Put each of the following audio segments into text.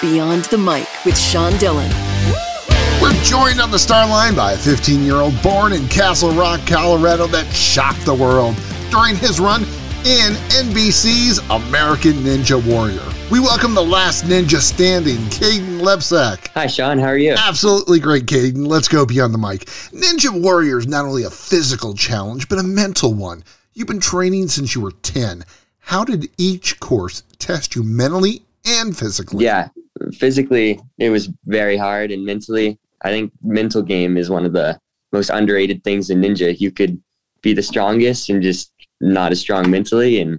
Beyond the Mic with Sean Dillon. We're joined on the star line by a 15 year old born in Castle Rock, Colorado, that shocked the world during his run in NBC's American Ninja Warrior. We welcome the last ninja standing, Caden Lepsack. Hi, Sean. How are you? Absolutely great, Caden. Let's go beyond the mic. Ninja Warrior is not only a physical challenge, but a mental one. You've been training since you were 10. How did each course test you mentally and physically? Yeah, physically, it was very hard, and mentally, I think mental game is one of the most underrated things in ninja. You could be the strongest and just not as strong mentally and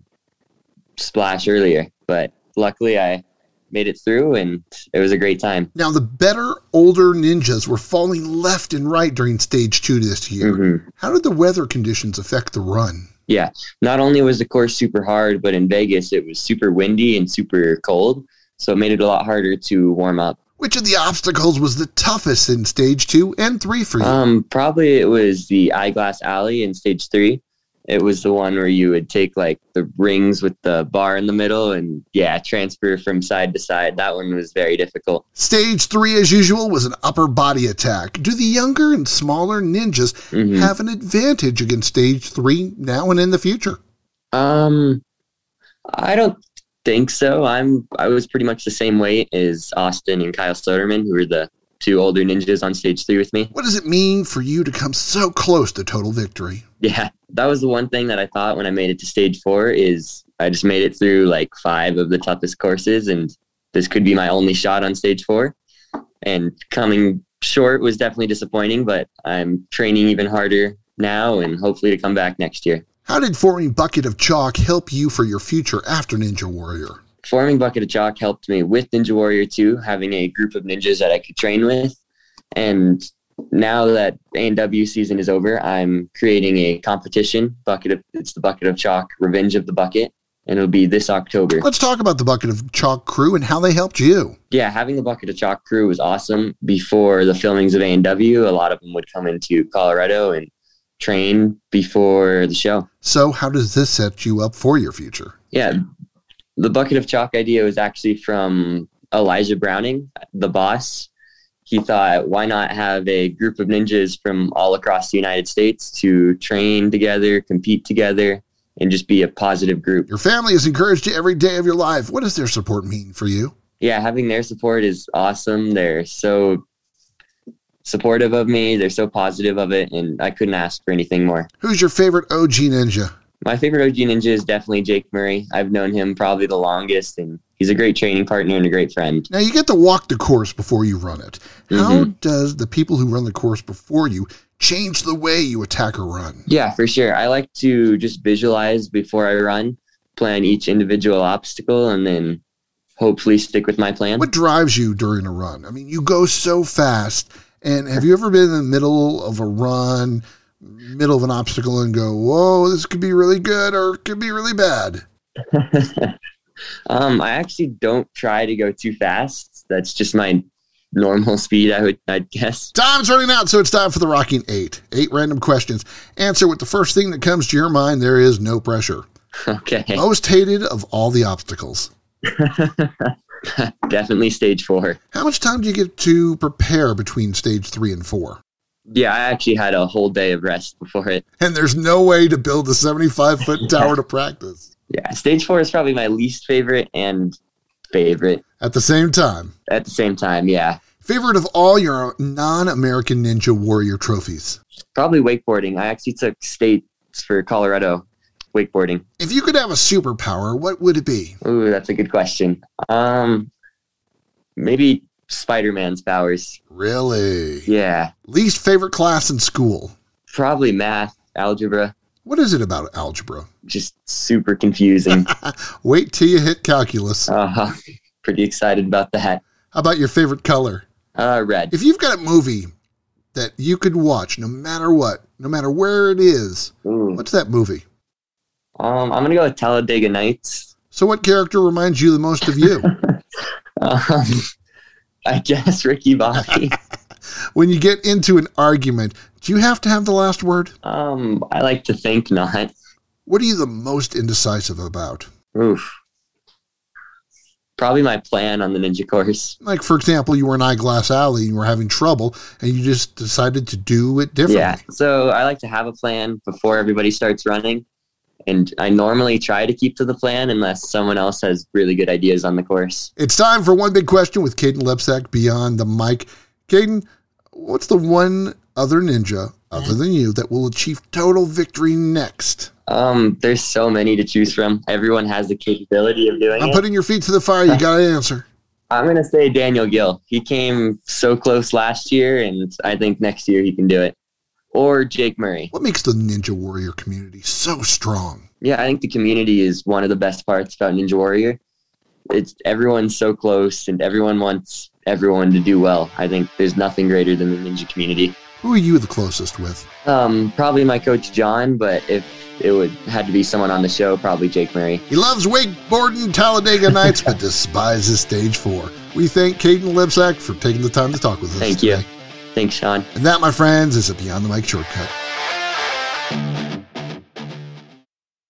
splash earlier. But luckily, I made it through, and it was a great time. Now, the better older ninjas were falling left and right during stage two this year. hmm How did the weather conditions affect the run? Yeah. Not only was the course super hard, but in Vegas, it was super windy and super cold. So it made it a lot harder to warm up. Which of the obstacles was the toughest in stage two and three for you? Um, probably it was the eyeglass alley in stage three. It was the one where you would take like the rings with the bar in the middle and yeah, transfer from side to side. That one was very difficult. Stage three, as usual, was an upper body attack. Do the younger and smaller ninjas Mhm. have an advantage against stage three now and in the future? Um, I don't think so. I'm I was pretty much the same weight as Austin and Kyle Soderman, who were the two older ninjas on stage three with me. What does it mean for you to come so close to total victory? Yeah, that was the one thing that I thought when I made it to stage four is I just made it through like five of the toughest courses, and this could be my only shot on stage four. And coming short was definitely disappointing, but I'm training even harder now, and hopefully to come back next year. How did forming Bucket of Chalk help you for your future after Ninja Warrior? Forming Bucket of Chalk helped me with Ninja Warrior 2, having a group of ninjas that I could train with. And now that A&W season is over, I'm creating a competition. Bucket of it's the Bucket of Chalk Revenge of the Bucket, and it'll be this October. Let's talk about the Bucket of Chalk crew and how they helped you. Yeah, having the Bucket of Chalk crew was awesome. Before the filmings of A&W, a lot of them would come into Colorado and train before the show. So, how does this set you up for your future? Yeah. The bucket of chalk idea was actually from Elijah Browning, the boss. He thought, why not have a group of ninjas from all across the United States to train together, compete together, and just be a positive group? Your family is encouraged you every day of your life. What does their support mean for you? Yeah, having their support is awesome. They're so supportive of me, they're so positive of it, and I couldn't ask for anything more. Who's your favorite OG ninja? My favorite OG ninja is definitely Jake Murray. I've known him probably the longest, and he's a great training partner and a great friend. Mm-hmm. Now, you get to walk the course before you run it. How does the people who run the course before you change the way you attack or run? Yeah, for sure. I like to just visualize before I run, plan each individual obstacle, and then hopefully stick with my plan. What drives you during a run? I mean, you go so fast. And have you ever been in the middle of a run, middle of an obstacle, and go, whoa, this could be really good or it could be really bad? Um, I actually don't try to go too fast. That's just my normal speed. I would, I guess. Time's running out, so it's time for the Rocking Eight. Eight random questions. Answer with the first thing that comes to your mind. There is no pressure. Okay, Most hated of all the obstacles. definitely stage four. How much time do you get to prepare between stage three and four? Yeah, I actually had a whole day of rest before it. And there's no way to build a 75 foot tower to practice. Yeah, stage four is probably my least favorite and favorite At the same time, at the same time. Yeah, favorite of all your non American Ninja Warrior trophies. probably wakeboarding. I actually took states for Colorado wakeboarding. If you could have a superpower, what would it be? Ooh, that's a good question. Um, maybe Spider-Man's powers. Really? Yeah, Least favorite class in school. probably math, algebra. What is it about algebra? Just super confusing. Wait till you hit calculus. uh, pretty excited about that. How about your favorite color? Uh, red. If you've got a movie that you could watch no matter what, no matter where it is, Ooh. what's that movie? Um, I'm gonna go with Talladega Nights. So, what character reminds you the most of you? Um, I guess Ricky Bobby. when you get into an argument, do you have to have the last word? um, I like to think not. What are you the most indecisive about? Oof. probably my plan on the ninja course. Like, for example, you were in Eyeglass Alley and you were having trouble and you just decided to do it differently. Yeah. So I like to have a plan before everybody starts running. And I normally try to keep to the plan unless someone else has really good ideas on the course. It's time for one big question with Caden Lepsack beyond the mic. Caden, what's the one other ninja other than you that will achieve total victory next? Um, there's so many to choose from. Everyone has the capability of doing I'm it. putting your feet to the fire. You got to answer. I'm gonna say Daniel Gill. He came so close last year, and I think next year he can do it. Or Jake Murray. What makes the Ninja Warrior community so strong? Yeah, I think the community is one of the best parts about Ninja Warrior. It's everyone's so close, and everyone wants everyone to do well. I think there's nothing greater than the ninja community. Who are you the closest with? Um, probably my coach John, but if it would had to be someone on the show, probably Jake Murray. He loves wakeboarding Talladega Nights, but despises stage four. We thank Caden Lepsack for taking the time to talk with us. Thank today. you. Thanks, Sean. And that, my friends, is a Beyond the Mic shortcut.